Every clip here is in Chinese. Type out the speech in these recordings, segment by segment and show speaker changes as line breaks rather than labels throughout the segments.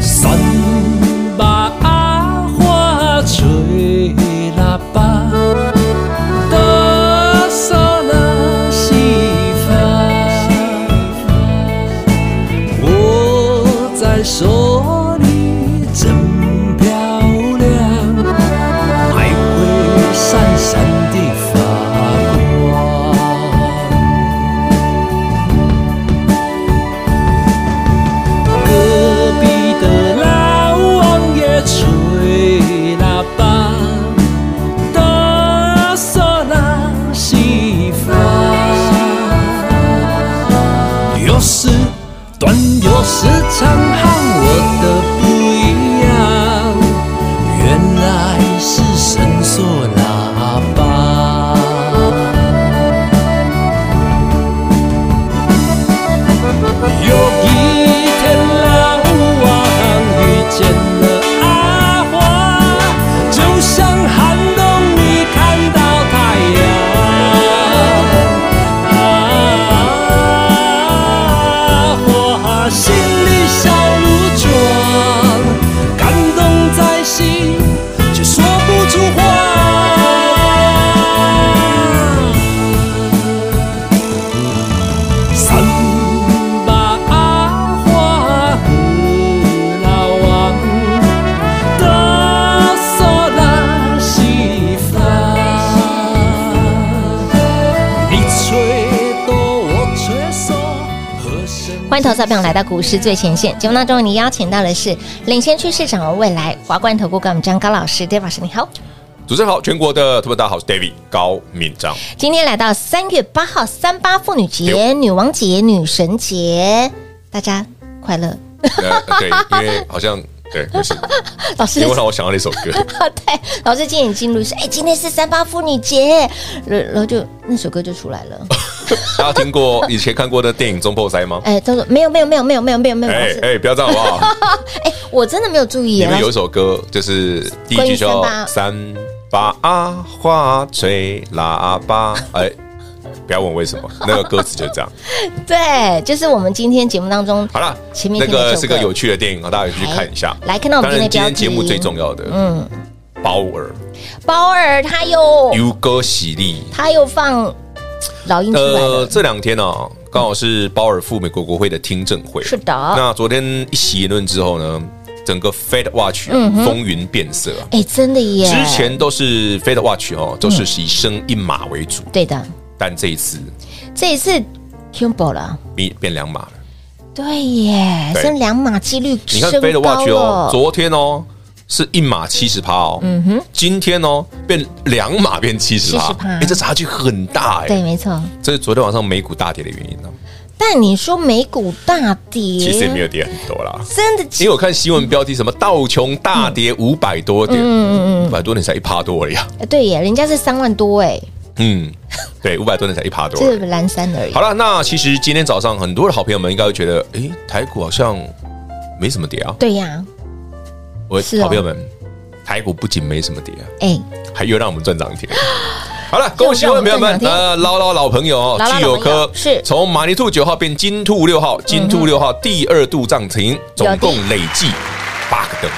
三百阿花吹喇叭，哆嗦啦西发，我在手里真漂亮，百回闪闪的发光。隔壁的老王爷吹喇叭，哆嗦啦西发，有时短有时长，和我的不一样，原来是伸缩喇叭。有一天，老王遇见了阿花，就像寒冬里看到太阳。阿花心里小鹿撞，感动在心，却说不出话。三把花和老王，哆嗦啦西发，你吹哆，我吹嗦，和声。
欢迎投资者朋友来到股市最前线节目当中，你邀请到的是领先趋势，掌握未来华冠投顾高敏章高老师，David 老师你好。
主持人好，全国的特别大家好，我是 David 高敏 章。
今天来到三月八号三八妇女节、
对
女王节、女神节，大家快乐。
呃，对，因为好像对，没事，
老师
因为让我想到那首歌，
对，老师今眼进入是，哎、今天是三八妇女节，然然后就那首歌就出来了，
大家听过以前看过的电影《中破塞》吗？
哎、都说没有没有没有没有没有没有没有，老
哎
师，
哎，不要这样好 不好？
哎、我真的没有注意
里
耶，
面有
老
一
师
首歌，就是第一句叫“三八阿花吹喇叭”，哎，不要问为什么，那个歌词就这 样。
对，就是我们今天节目当中，
好了，
前面
那
听了
个
这首
是
歌哎
个有趣的电影，啊大家也去看一下。
来看到我们
当
今天的标
然，今天
题，
节目最重要的，
嗯哦
嗯，鲍尔
包儿他又
尤哥喜利。
他又放老嗯鹰出来了，
呃，这两天呢、啊，刚好是鲍尔赴美国国会的听证会。
是的
那昨天一席言论之后呢，整个 Fed Watch 啊、
嗯
风云变色啊。
哎、真的耶，
之前都是 Fed Watch 哦，都是以升一码为主，
对的，
但这一次
这一次 Cubo 了。
变变两码了。
对耶，
对
升两码几率
你看
升
Fed
高
Watch 哦
了，，
昨天哦是一码七十趴哦，嗯哼，今天哦变两码变七十趴，
70%
哎，这差距很大哎、
对，没错。
这是昨天晚上美股大跌的原因呢、
但你说美股大跌，
其实也没有跌很多啦。
真的
因为我看新闻标题，什么道琼大跌五百多
嗯
点，五百多点才一趴多而已啊。
呃对耶，人家是三万多哎，
嗯，对，五百多点才一趴多而
这
已。
个蓝山而已。
好了，那其实今天早上很多的好朋友们应该会觉得，诶，台股好像没什么跌啊。
对呀，
我
是哦
好朋友们，台股不仅没什么跌啊，
哎，
还又让我们赚涨停。啊好 了，恭喜各位朋友
又让我们赚涨
们，
停
呃，捞捞老朋友哦
捞，捞老
具有科
朋友是
从马尼兔九号变金兔六号，金兔六号第二度涨停，
有
总
的
共累计八个灯。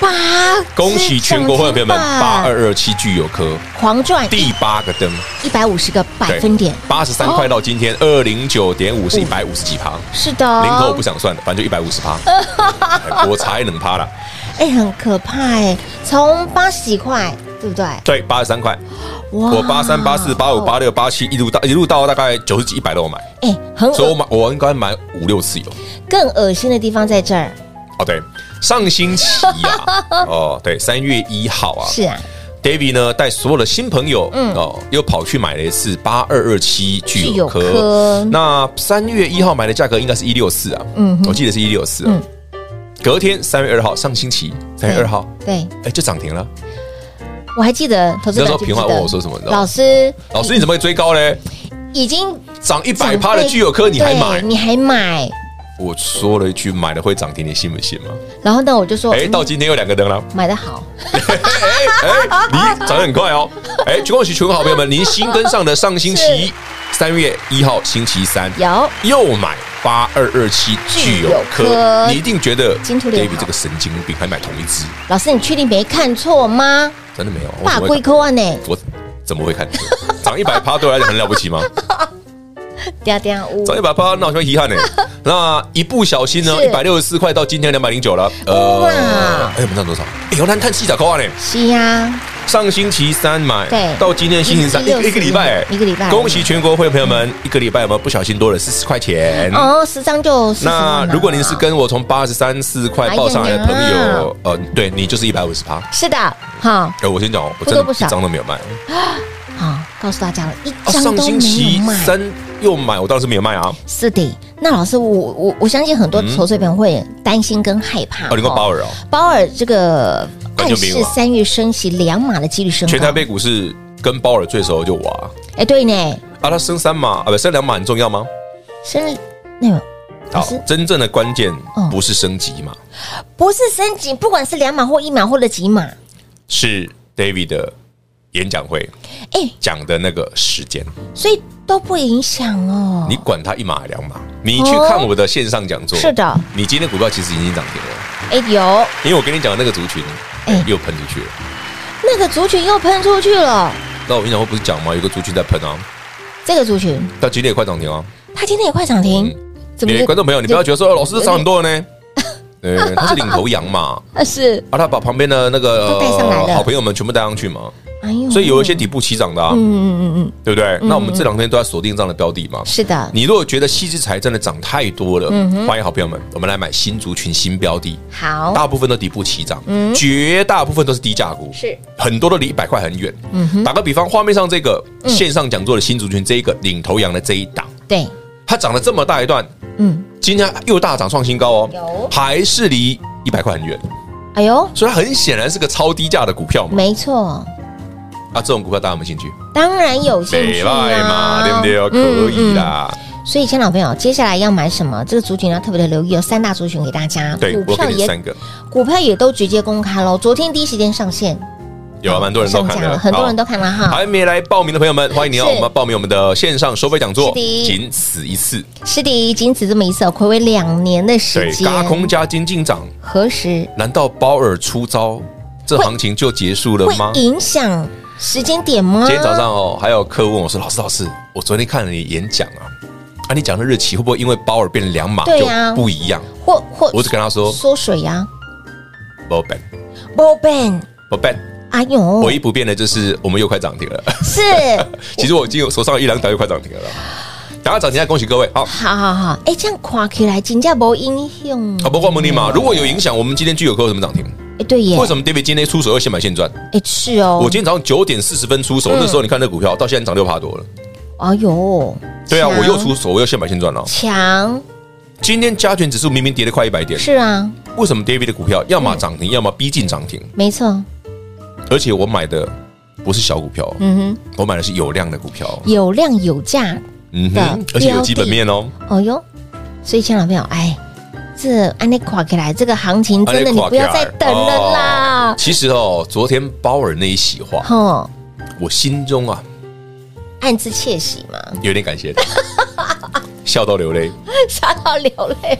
八，
恭喜全国会员朋友们，八
八
二二七具有科
狂赚
第八个灯，
一百五十个百
对
分点，哦
八十三块到今天二零九点五是一百五十几趴，
是的，
零头我不想算了，反正就一百五十 趴，哎我才能趴了。
哎，很可怕哎，从八十几块，对不对？
对，八十三块，
哇
我八三八四八五八，六八七一路到一路到大概九十几一百都有买，
哎，很
所以我
恶，
买我应该买五六次有。
更恶心的地方在这儿，
哦，对，上星期啊，哦，对，三月一号啊，
是啊，
David 呢带所有的新朋友，
嗯
哦，又跑去买了一次八二二七
具
聚
有
友
科
科。那三月一号买的价格应该是一六四啊，
嗯哼
我记得是一六四
嗯
啊。隔天三月二号，上星期三月二号，
对
哎，就涨停了。
我还记得投资
那时
者
候平华问我说什么你知道吗
老师
老师，你怎么会追高嘞？
已经
涨一百
长
趴的
辈
聚友科你还
对
买？
你还买？
我说了一句买了会涨停，你信不信嘛？
然后呢，我就说，
哎，
嗯
到今天有两个灯了。
买的好，
哎，你涨得很快哦！哎，恭喜全国好朋友们，您新跟上的上星期三月一号星期三
有
又买八二二七
聚
具
友
有
科
科，你一定觉得
金兔莲好
David 这个神经病还买同一只，
老师，你确定没看错吗？
真的没有？我
大
怎么会
龟
看？
科万呢？
我怎么会看 错？涨一百趴对我来讲很了不 起吗？
嗲嗲呜，
涨一百趴那我就会遗憾呢。那一不小心呢，
是
一百六十四块到今天两百零九了。
哇
哎，我们涨多少？哎，有难看七仔扣啊呢！
是呀，
上星期三买，
对
到今天星期三
一
一
个
个
一
一
个
个
礼
礼
拜
拜，哎
一个礼拜
恭喜全国会朋友们，一个礼拜我们不小心多了四十块钱。
哦，十张就四十
嗯那
万了
如果您是跟我从八十三四块报上来的朋
哎呀呀
友，呃，对你就是一百五十趴。
是的，好
哎，我先讲哦，我真
多
的
不
一
少哦
张都没有卖。
好告诉大家了，一
啊
张
上
都
星
没
期
有卖。
三又
哦
买，我当时没有卖啊。
是的，那老师，我我我相信很多
嗯
投资朋友会担心跟害怕。
哦，你跟鲍尔哦，
鲍尔这个
那
暗
就没有
示
了
三月升息两码的几率升高。
全台北股市跟鲍尔最熟的就我啊。
哎，对呢，
啊，他升三码啊，不升两码很重要吗？
生日那个老
好
师，
真正的关键
嗯
不是升级嘛，
不是升级，不管是两码或一码或者几码，
是 David 的演讲会
哎，
讲的那个时间。
所以都不影响哦。
你管它一码两码，你去看我的线上讲座。
是的，
你今天股票其实已经涨停了，
哎有
因为我跟你讲的那个族群
哎
又喷出去了。
那个族群又喷出去了，
那我跟你讲，我不是讲吗？有个族群在喷啊，
这个族群
但今天也快涨停啊。
它今天也快涨停，怎么
嗯你
就
观众朋友，你不要觉得说哦老师涨很多呢， 对，他是领头羊嘛，
啊是？
啊，他把旁边的那个呃
都哦带上来了
好朋友们全部带上去嘛，
哎呦
所以有一些底部起涨的，啊，
嗯嗯嗯嗯，
对不对？那我们这两天都在锁定这样的标的嘛。
是的，
你如果觉得细之财真的涨太多了，
嗯
欢迎好朋友们，我们来买新族群新标的。
好
大部分都底部起涨，绝大部分都是低价股，
嗯是嗯
很多都离一百块很远。打个比方，画面上这个线上讲座的新族群这一个领头羊的这一档，
对，
它涨了这么大一段，
嗯，
今天又大涨创新高
有
哦，还是离一百块很远，
哎呦，
所以它很显然是个超低价的股票嘛。
没错，嗯
啊，这种股票大家有没有兴趣？
当然有兴趣啊
北赖嘛，
啦，
对不对？
嗯
可以啦，
所以，亲老朋友，接下来要买什么？这个族群要特别的留意，有三大族群给大家。
对
股
我
票
给你
也
三个，
股票也都直接公开喽。昨天第一时间上线，
有啊，蛮多人都
上
看
架
的，
了，很多人
好
都看了哈。
还没来报名的朋友们，欢迎你哦！
是
我们报名我们的线上收费讲座，
是的
仅此一次。
是的，仅此这么一次哦，暌违两年的时
对，
间，
嘎空加金进涨，
何时
难道鲍尔出招，这行情就结束了
会啊
吗？今
影响时间点吗？
天早上哦，还有客问我说：“老师，老师，我昨天看了你演讲啊，啊，你讲的日期会不会因为鲍尔变两码
对
就
啊
不一样
或或？”
我只跟他说
缩水啊呀、：“
不变，
波 b a n
不变，
哎呦
唯一，不变的就是我们又快涨停了。
是，
其实我已经有手上有一两档又快涨停了，等下涨停再恭喜各位。好，
好好好，哎，这样垮起来，金价没影响。
好，包括蒙尼
嗯
玛，如果有影响，我们今天具有科有什么涨停？
哎，对耶，
为什么 David 今天出手要现买现赚？
哎，是哦，嗯
我今天早上九点四十分出手，那时候你看那股票到现在涨六趴多了。
哎呦，
对啊，
强
我又出手，我又现买现赚了。
强，
今天加权指数明明跌了快一百点，
是啊，
为什么 David 的股票要么涨停，要么逼近涨停？
没错，
而且我买的不是小股票哦，
嗯
我买的是有量的股票哦，
哼，有量有价，
嗯
的
哼，而且有基本面哦。
哦哟，所以亲爱的朋友，哎，这安利垮起来，这个行情真的你不要再等了啦
啊哦，其实哦，昨天鲍尔那一席话，
吼、
我心中啊
暗自窃喜嘛，
有点感谢他， 笑到流泪。
笑到流泪，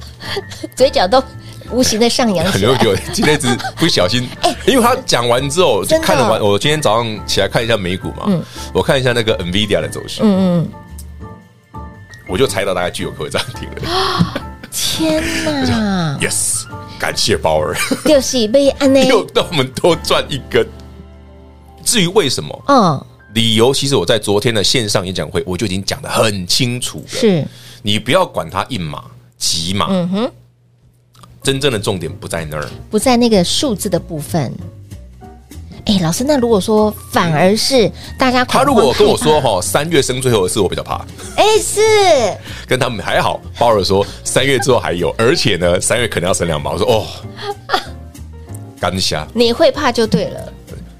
嘴角都无形的上扬
很
起
有
来，
有，今天只是不 小心，因为他讲完之后
哎真的哦
看了完，我今天早上起来看一下美股嘛，我看一下那个 Nvidia 的走势，
嗯
我就猜到大概具有可能涨停 了。
嗯，天 哪，
yes，感谢鲍尔，
就是被安内，
又让我们多赚一根。至于为什么，
嗯，
理由其实我在昨天的线上演讲会我就已经讲得很清楚了，
是，
你不要管它一码几码，
嗯哼，
真正的重点不在那儿。
不在那个数字的部分。哎，哎，老师，那如果说反而是大家
他如
恐
果
慌哎
跟我
害
说哈，三月生最后一次，我比较怕。
怕，哎，是
跟他们还好，鲍尔说三月之后还有，而且呢，三月可能要升两毛。我说 哦，感谢啊
你会怕就对了。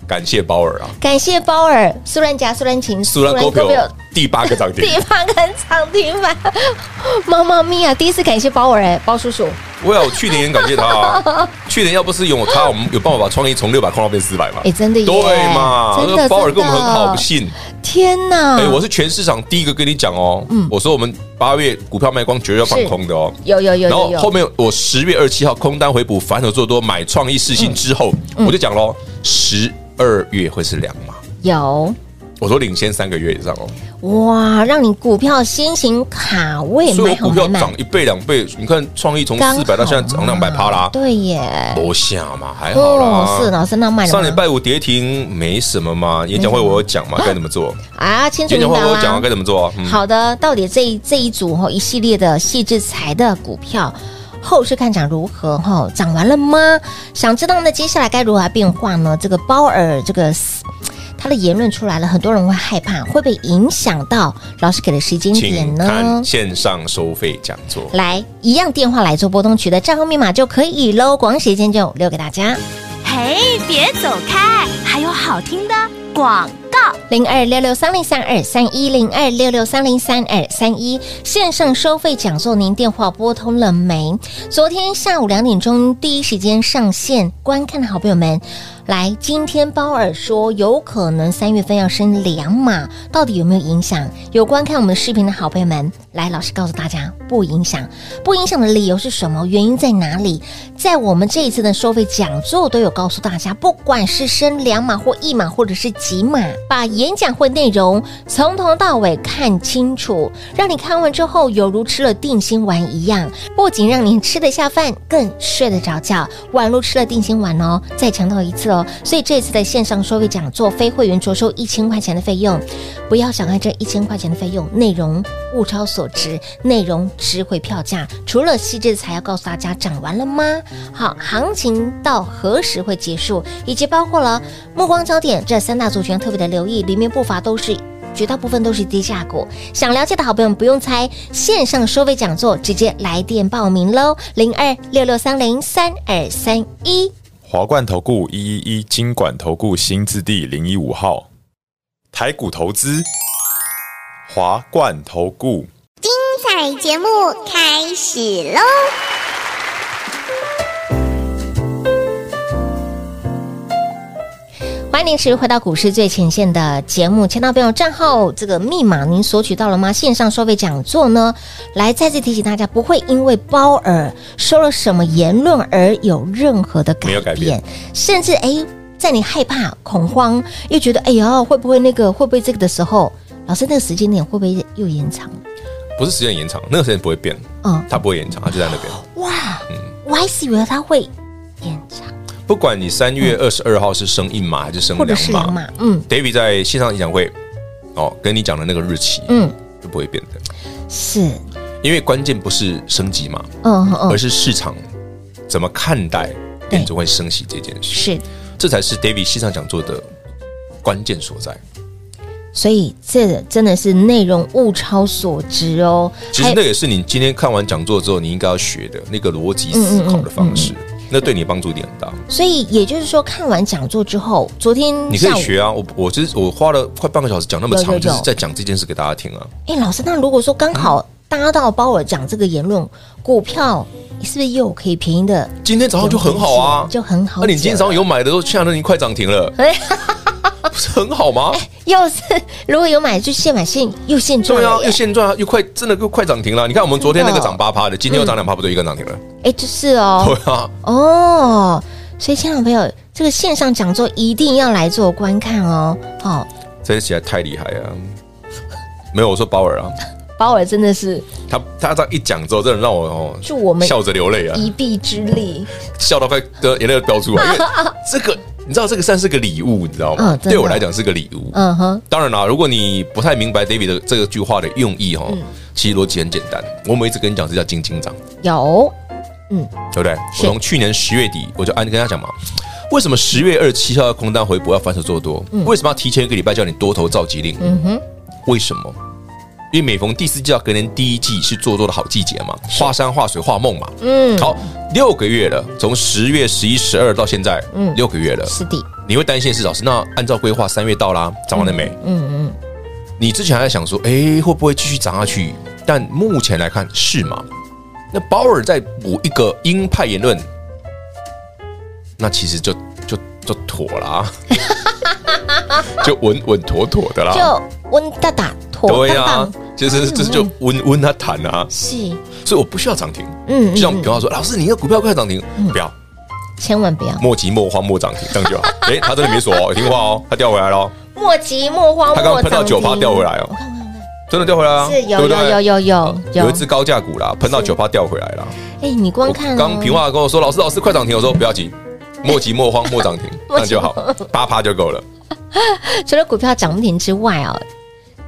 感谢鲍 尔啊，
感谢鲍尔、苏兰夹、苏兰琴、
苏拉股
苏兰
票第八个 涨停，
地方跟涨停板， 妈妈咪呀！第一次感谢包尔哎，包叔叔，
我有去年也感谢他、啊， 去年要不是有他，我们有办法把创意从六百空到变四百嘛？
哎真的耶
对嘛？
真的
那个鲍尔跟我们
真的
很好，我不信。
天哪！
哎、我是全市场第一个跟你讲哦，我说我们八月股票卖光，绝对要放
是
空的哦。
有有有
然
有
后后
有，
面我十月二十七号空单回补，反手做多买创意世新之后，我就讲喽，十二月会是两码，
有
我说领先三个月以上哦，
哇，让你股票先行卡位
所以
买
我
好
股票
买满
哎涨，一倍两倍，你看创意从
刚好
四百到现在涨两百趴啦，
对耶，哦
多下嘛，还好啦。
是老师那卖了吗
上礼拜五跌停没什么嘛，演讲会我有讲嘛，该怎么做？
啊，清楚
演
明
讲会
白
我有讲啊，
啦
该。怎么做啊？嗯
好的，到底这一这一组哈一系列的细制裁的股票。后市看涨如何？哈，涨完了吗？想知道呢，接下来该如何变化呢？这个鲍尔这个他的言论出来了，很多人会害怕，会不会影响到老师给的时间点
请看
呢？
线上收费讲座。
来，一样电话来做拨通取得账号密码就可以喽。广喜间就留给大家。
嘿，别走开，还有好听的广告。
零二六六三零三二三一零二六六三零三二三一线上收费讲座，您电话拨通了没？昨天下午两点钟第一时间上线观看的好朋友们，来，今天鲍尔说有可能三月份要升两码，到底有没有影响？有观看我们的视频的好朋友们，来，老师告诉大家，不影响。不影响的理由是什么？原因在哪里？在我们这一次的收费讲座都有告诉大家，不管是升两码或一码，或者是几码，把演讲会内容从头到尾看清楚，让你看完之后有如吃了定心丸一样，不仅让您吃得下饭，更睡得着觉。宛如吃了定心丸哦，再强调一次哦。所以这次的线上收费讲座，非会员着收一千块钱的费用，不要小看这一千块钱的费用，内容物超所值，内容值回票价。除了细致才要告诉大家涨完了吗？好，行情到何时会结束，以及包括了目光焦点这三大族群特别的留意，里面不乏都是。绝大部分都是低价股，想了解的好朋友们不用猜，线上收费讲座直接来电报名喽，零二六六三零三二三一。
华冠投顾一一一金管投顾新字第零一五号，台股投资，华冠投顾。
彩节目开始喽！
欢迎您持续回到股市最前线的节目，签到朋友账号这个密码您索取到了吗？线上收费讲座呢，来再次提醒大家，不会因为包尔说了什么言论而有任何的改
没有
变，
改变
甚至哎，在你害怕、恐慌，又觉得哎呦会不会那个会不会这个的时候，老师那个时间点会不会又延长？
不是时间延长，那个时间不会变，
嗯
它不会延长，它就在那边。
哇，嗯我还是以为它会延长
不管你三月二十二号是升一码还是升
或者
两
是两
码
码，嗯
David 在线上演讲会哦跟你讲的那个日期，
嗯，
就不会变的，
是，
因为关键不是升级嘛，
嗯嗯
而是市场怎么看待联总会升息这件事，
是。
这才是 David 线上讲座的关键所在。
所以这真的是内容物超所值哦。
其实那也是你今天看完讲座之后，你应该要学的那个逻辑思考的方
嗯
式，那对你帮助一定很大。
所以也就是说，看完讲座之后，昨天
你可
下午
以，学啊，我我就是我花了快半个小时讲那么
有有
长，
有
就是在讲这件事给大家听啊。
哎，老师，那如果说刚好搭到鲍尔讲这个言论，股票是不是又可以便宜的？
今天早上就很好啊，
就很好
那、
解了。
你今天早上有买的都现在都已经快涨停了，
哎
不是很好吗？
又是如果有买就现买现又现赚
对啊
了，
又
耶，
现赚啊，又快真的又快涨停了。你看我们昨天那个
真的
涨八趴的，今天又涨两趴，不对，一个涨停了。
哎，就是哦，
对啊，
哦，所以，亲爱的朋友，这个线上讲座一定要来做观看哦。哦，
这起来太厉害了。没有，我说鲍尔啊，
鲍尔真的是
他他这样一讲之后，真的让我哦，
助我们
笑着流泪啊，
一臂之力。
笑到快的眼泪都 飙出来。因为这个你知道，这个算是个礼物，你知道
嗯
吗？
真的
对我来讲是个礼物。
嗯哼，
当然啦，如果你不太明白 David 的这个句话的用意
嗯
哈，其实逻辑很简单。我们一直跟你讲，这叫金金涨，
有
对不对？我
是
从去年十月底我就按跟他讲嘛，为什么十月二十七号要空单回补，要反手做多？为什么要提前一个礼拜叫你多头召集令？
嗯哼，
为什么？因为每逢第四季到隔年第一季是做多的好季节嘛，画山画水画梦嘛。
嗯，
好，六个月了，从十月、十一、十二到现在，
嗯
嗯，六个月了，
是的，
你会担心的是老师，那按照规划三月到啦，涨完了没？
嗯嗯，
你之前还在想说，哎，会不会继续涨下去？但目前来看是吗？那鲍尔再补一个鹰派言论，那其实就就就妥啦、 就稳稳妥妥的啦。
就温大大妥
啊对呀、
当当，嗯
就是就是就温温它谈啊，
是，
所以我不需要涨停。
嗯
就像朋友说，老师，你的股票快涨停，不要
千万不要
莫急莫慌莫涨停，这样就好。哎，他真的没锁哦，听话哦，他掉回来了哦，
莫急莫慌，
他刚
莫
喷到
着急
9%掉回来哦
我看看看，
真的掉回来了，
是有
对不对
有有有有
有一只高价股啦，喷到九趴掉回来了。
哎，你光
我
看哦
刚平话跟我说，老师老师快涨停，我说不要急，莫急莫慌莫涨停，
莫急
那就好，八趴就够了。
除了股票涨停之外哦，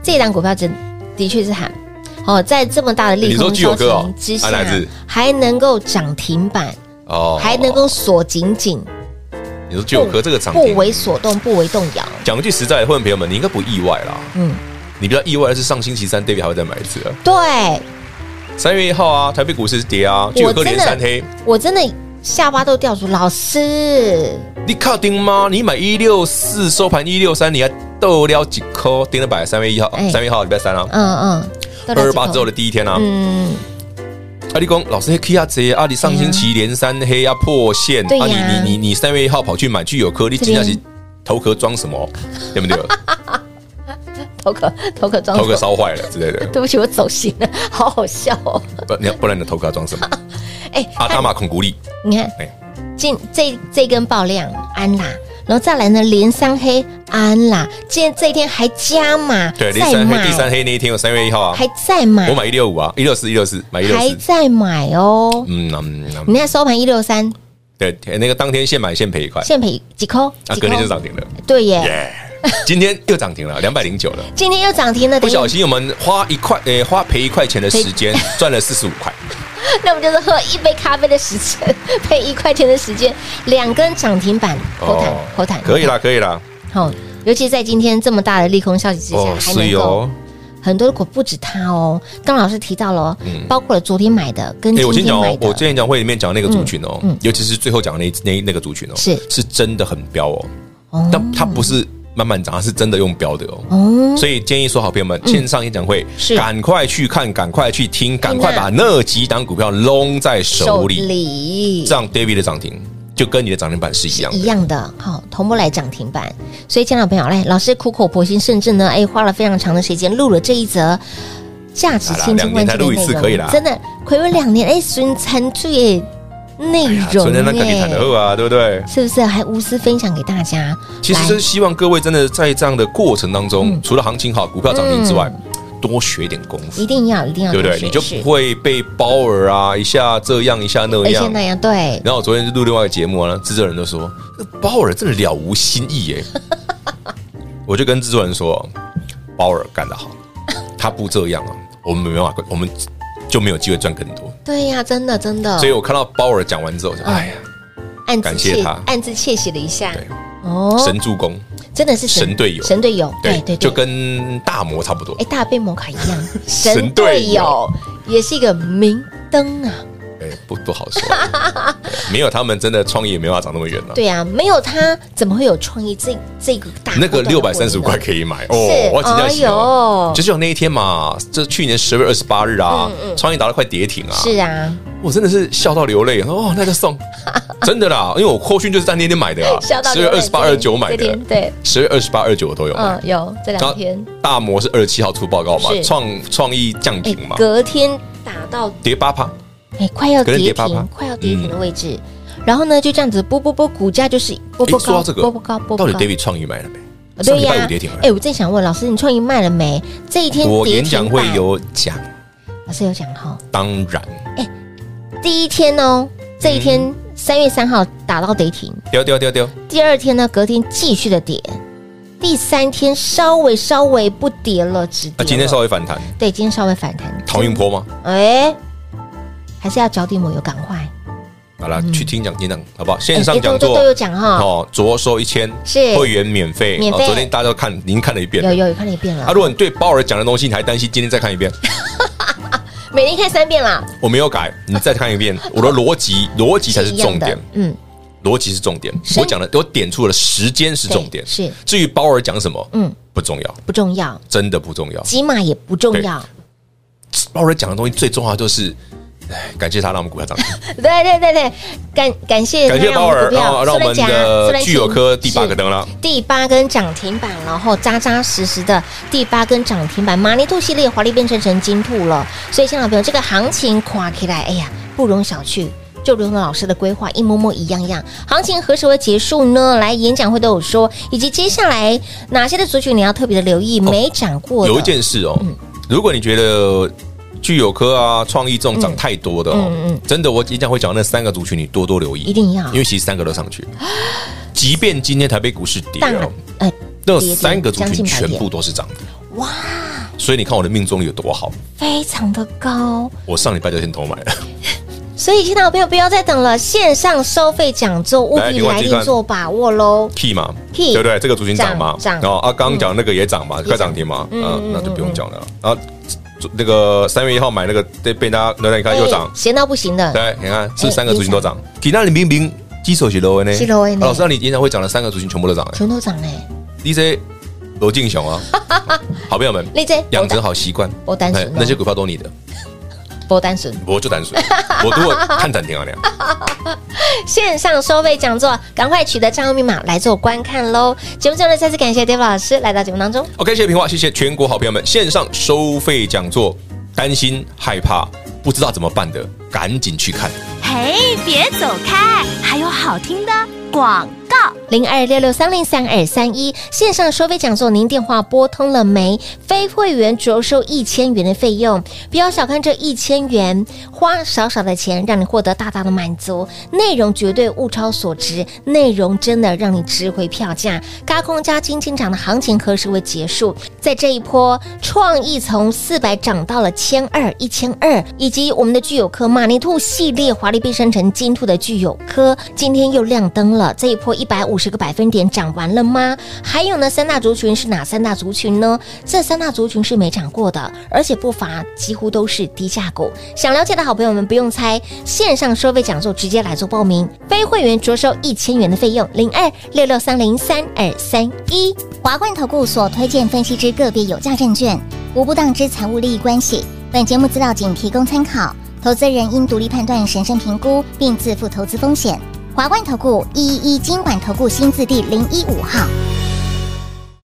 这一档股票真的确是喊哦，在这么大的利
你说
空
具有
消
哥哦
息之下
啊哪只，
还能够涨停板，
哦，
还能够锁紧紧，
你说九哥这个涨
不
停，
为所动，不为动摇。
讲句实在的，会员朋友们，你应该不意外啦。
嗯，
你比较意外的是，上星期三 David 还会再买一次了。
对
三月一号啊，台北股市是跌啊，巨
我
哥
真
连三黑
的，，我真的下巴都掉出。老师，
你靠丁吗？你买一六四收盘一六三，你还逗了几颗？盯了百三月一号
哎，
三月一号礼拜三啊，
嗯嗯，都
二
了
二
解
八
口
之后的，第一天啊，
嗯，
阿里公老师黑 K 啊这阿里上星期连三黑啊破线，
对呀
啊你你你你三月一号跑去买具有颗，你
这
今
边
天是头壳装什么？对不对？
头壳头壳装
头壳
错
烧坏了之类 的，
对不起，我走心了，好好笑哦。
不你不然你的头壳装什么？
哎，
啊大马孔骨力，
你看
哎，
今这这根爆量安啦，然后再来呢连三黑安啦，今天这一天还加码，
对，连
再
三黑
买，
第三黑那一天有三月一号啊
还，再买，
我买一六五啊，一六四一六四买一六
还
四，
在买哦。
嗯嗯嗯
你看收盘一六三，
对，哎那个当天现买现赔一块，
现赔几扣？
哎啊
几
隔天就
扣
涨停了，
对耶，
耶！今天又涨停了，两百 零九了。
今天又涨停了，
不
等
小
于
心我们花一块，诶，花赔一块钱的时间，赚了四十五块。
那我们就是喝一杯咖啡的时间， 配一块钱的时间，两根涨停板，
哦
口坦口坦，
可以啦，可以啦。
好。尤其在今天这么大的利空消息之下，还
所
能
以
够
哦。
很多的股不止它哦，刚老师提到了哦，
嗯
包括了昨天买的跟
哎、我
今
先
天
讲
买
哦，
的，
我之前讲会里面讲那个族群哦，
嗯嗯
尤其是最后讲的那那那个族群哦，
是
是真的很标哦，
哦
但它不是慢慢涨，它是真的用标的哦。
哦，嗯
所以建议说好朋友们，线上演讲会
是
赶快去看，赶快去听，赶快
听啊
把那几档股票拢在手里，
里
这样 David 的涨停就跟你的涨停板是一样
一
的。
样的，好，同步来涨停板。所以，亲爱的朋友，来，老师苦口婆心，甚至呢，哎，花了非常长的时间录了这一则价值千金万金的
好啦两年才录一
内
次
容，
可以啦
真的，暌违两年，哎，孙参最内容
啊昨天那个你谈的
哎，
二啊，对不对？
是不是还无私分享给大家？
其实
来
真希望各位真的在这样的过程当
嗯
中，除了行情好、股票涨停之外，多学一点功夫
一。定要，一定要
对
多
不
学
对？
习，
你就不会被包尔啊，一下这样，一下那
而且
样。
哎那样对，
然后我昨天就录另外一个节目啊，制作人就说这包尔真的了无新意 耶。我就跟制作人说，包尔干得好，他不这样啊，我们没办法，我们就没有机会赚更多。
对呀，真的，真的，
所以我看到包尔讲完之后，我就哎呀，
暗自
感谢
窃
他
暗自窃喜了一下
对。
哦，
神助攻，
真的是
神队友
神队友，对对，
就
对。
跟大魔差不多
哎，。大杯摩卡一样，
神队友
也是一个明灯啊。
哎，不不好说， 对没有他们真的创业没办法长那么远了。
对啊，没有他怎么会有创意这这个大
那个六百三十五块可以买哦，我要请教
哎呦
就是有那一天嘛，这去年十月二十八日啊，创意达到快跌停啊，
嗯是啊，
我真的是笑到流泪，哦，那就 送，真的啦，因为我后讯就是在那天买的啊，
笑到
十月
流
二
泪
十八、二九买
这
的
天，对，
十月二十八、二九我都有买
嗯，。有这两天，
大摩是二十七号出报告嘛
是，
创创意降
哎
平，嘛，
隔天打到
跌八趴，
哎快要
隔天
跌
跌八趴
停，快要跌停的
嗯
位置，然后呢就这样子波波波，股价就是波波
哎
高，
说到这个
波波高，波波
到底
高
David 创意买了没？上
对
礼拜
呀
五跌停了，
哎，我正想问老师，你创意卖了没？这一天
我
跌
演
停
讲会
板
有讲，
老师有讲哈。
当然
第一天哦，这一
嗯
天三月三号打到跌停，
丢丢丢丢，
第二天呢隔天继续的跌，第三天稍微稍微不跌了，止跌了。
那啊今天稍微反弹，
对，今天稍微反弹。
唐运坡吗？
哎，还是要脚底抹油，赶快。
好啦，去听讲演讲好不好？线
哎
上
哎都
讲座
都都有讲哈
哦，着收一千，
是
会员免费。
免
哦
费
昨天大家都看，您看了一遍
有。有有看了一遍
啊，
了，
如果你对鲍尔讲的东西你还担心，今天再看 一遍，
每天看三遍啦，
我没有改，你再看一遍。我的逻 辑，逻辑才是
一
重
样
点
的，，嗯，
逻辑是重点。
是
我讲的，我点出了时间是重点。
对是
至于鲍尔讲什么，
嗯
嗯，不重要，
不重要，
真的不重要。
起码也不重要，
鲍尔讲的东西最重要就是，哎，感谢他让我们股票涨停。
对对对对，感感谢
感谢
他
鲍
哎让
尔，然后
我
让我
们股票
们
虽然讲虽
的
然
聚友
请
科第八个
是
灯了。
第八根涨停板，然后扎扎实实的第八根涨停板，马尼兔系列华丽变身成金兔了。所以，亲爱的朋友，这个行情垮起来，哎呀，不容小觑。就如同老师的规划一模模一样样，行情何时会结束呢？来演讲会都有说，以及接下来哪些的族群你要特别的留意，没涨过的嗯
哦有一件事哦，如果你觉得聚友科啊、创意这种涨太多的哦
嗯嗯嗯，
真的我演讲会讲那三个族群，你多多留意，
一定要
因为其实三个都上去，即便今天台北股市跌
大
了，
呃
那
跌
三个族
将
群
近百
全
点
部都是涨的。哇！所以你看我的命中率有多好，
非常的高，
我上礼拜就先偷买了。
所以，亲爱的朋友，不要再等了，线上收费讲座务
来
必
另外
来
这
定
段
做把握喽。
Key 嘛
Key
对不对？这个族群涨嘛，
涨涨
哦啊，刚刚讲那个也涨嘛，快涨停嘛，
嗯
啊
嗯，
那就不用讲了。然后那个三月一号买那个，被被大家，那你看又涨
哎，闲到不行的，
对，你看是不
哎
是三个族群都涨？其他你明明基础是 low 呢，
是 low 的呢
啊老师，那你演讲会讲的三个族群全部都涨哎
全都涨嘞、
，DJ 罗敬雄 啊，好朋友们，
你这
养成好习惯，
我单纯哦
哎那些股票都你的，
波单纯。
我就单 纯，我如果看涨停啊，那
线上收费讲座，赶快取得账号密码来做观看喽！节目最后呢，再次感谢 David 老师来到节目当中。
OK，谢谢平话，谢谢全国好朋友们，线上收费讲座，担心害怕不知道怎么办的，赶紧去看。
嘿，别走开，还有好听的广告。
零二六六三零三二三一线上收费讲座，您电话拨通了没？非会员着收一千元的费用，不要小看这一千元，花少少的钱让你获得大大的满足，内容绝对物超所值，内容真的让你值回票价。高空加金金涨的行情何时会结束？在这一波，创意从四百涨到了千二、一千二，以及我们的具有科马尼兔系列华丽变身成金兔的具有科，今天又亮灯了。这一波一百五十个百分点涨完了吗？还有呢，三大族群是哪三大族群呢？这三大族群是没涨过的，而且不乏几乎都是低价股。想了解的好朋友们不用猜，线上收费讲座直接来做报名，非会员着收一千元的费用，零二六六三零三二三一。
华冠投顾所推荐分析之个别有价证券，无不当之财务利益关系。本节目资料仅提供参考，投资人应独立判断、审慎评估，并自负投资风险。华冠投顾一一一金管投顾新字第零一五号。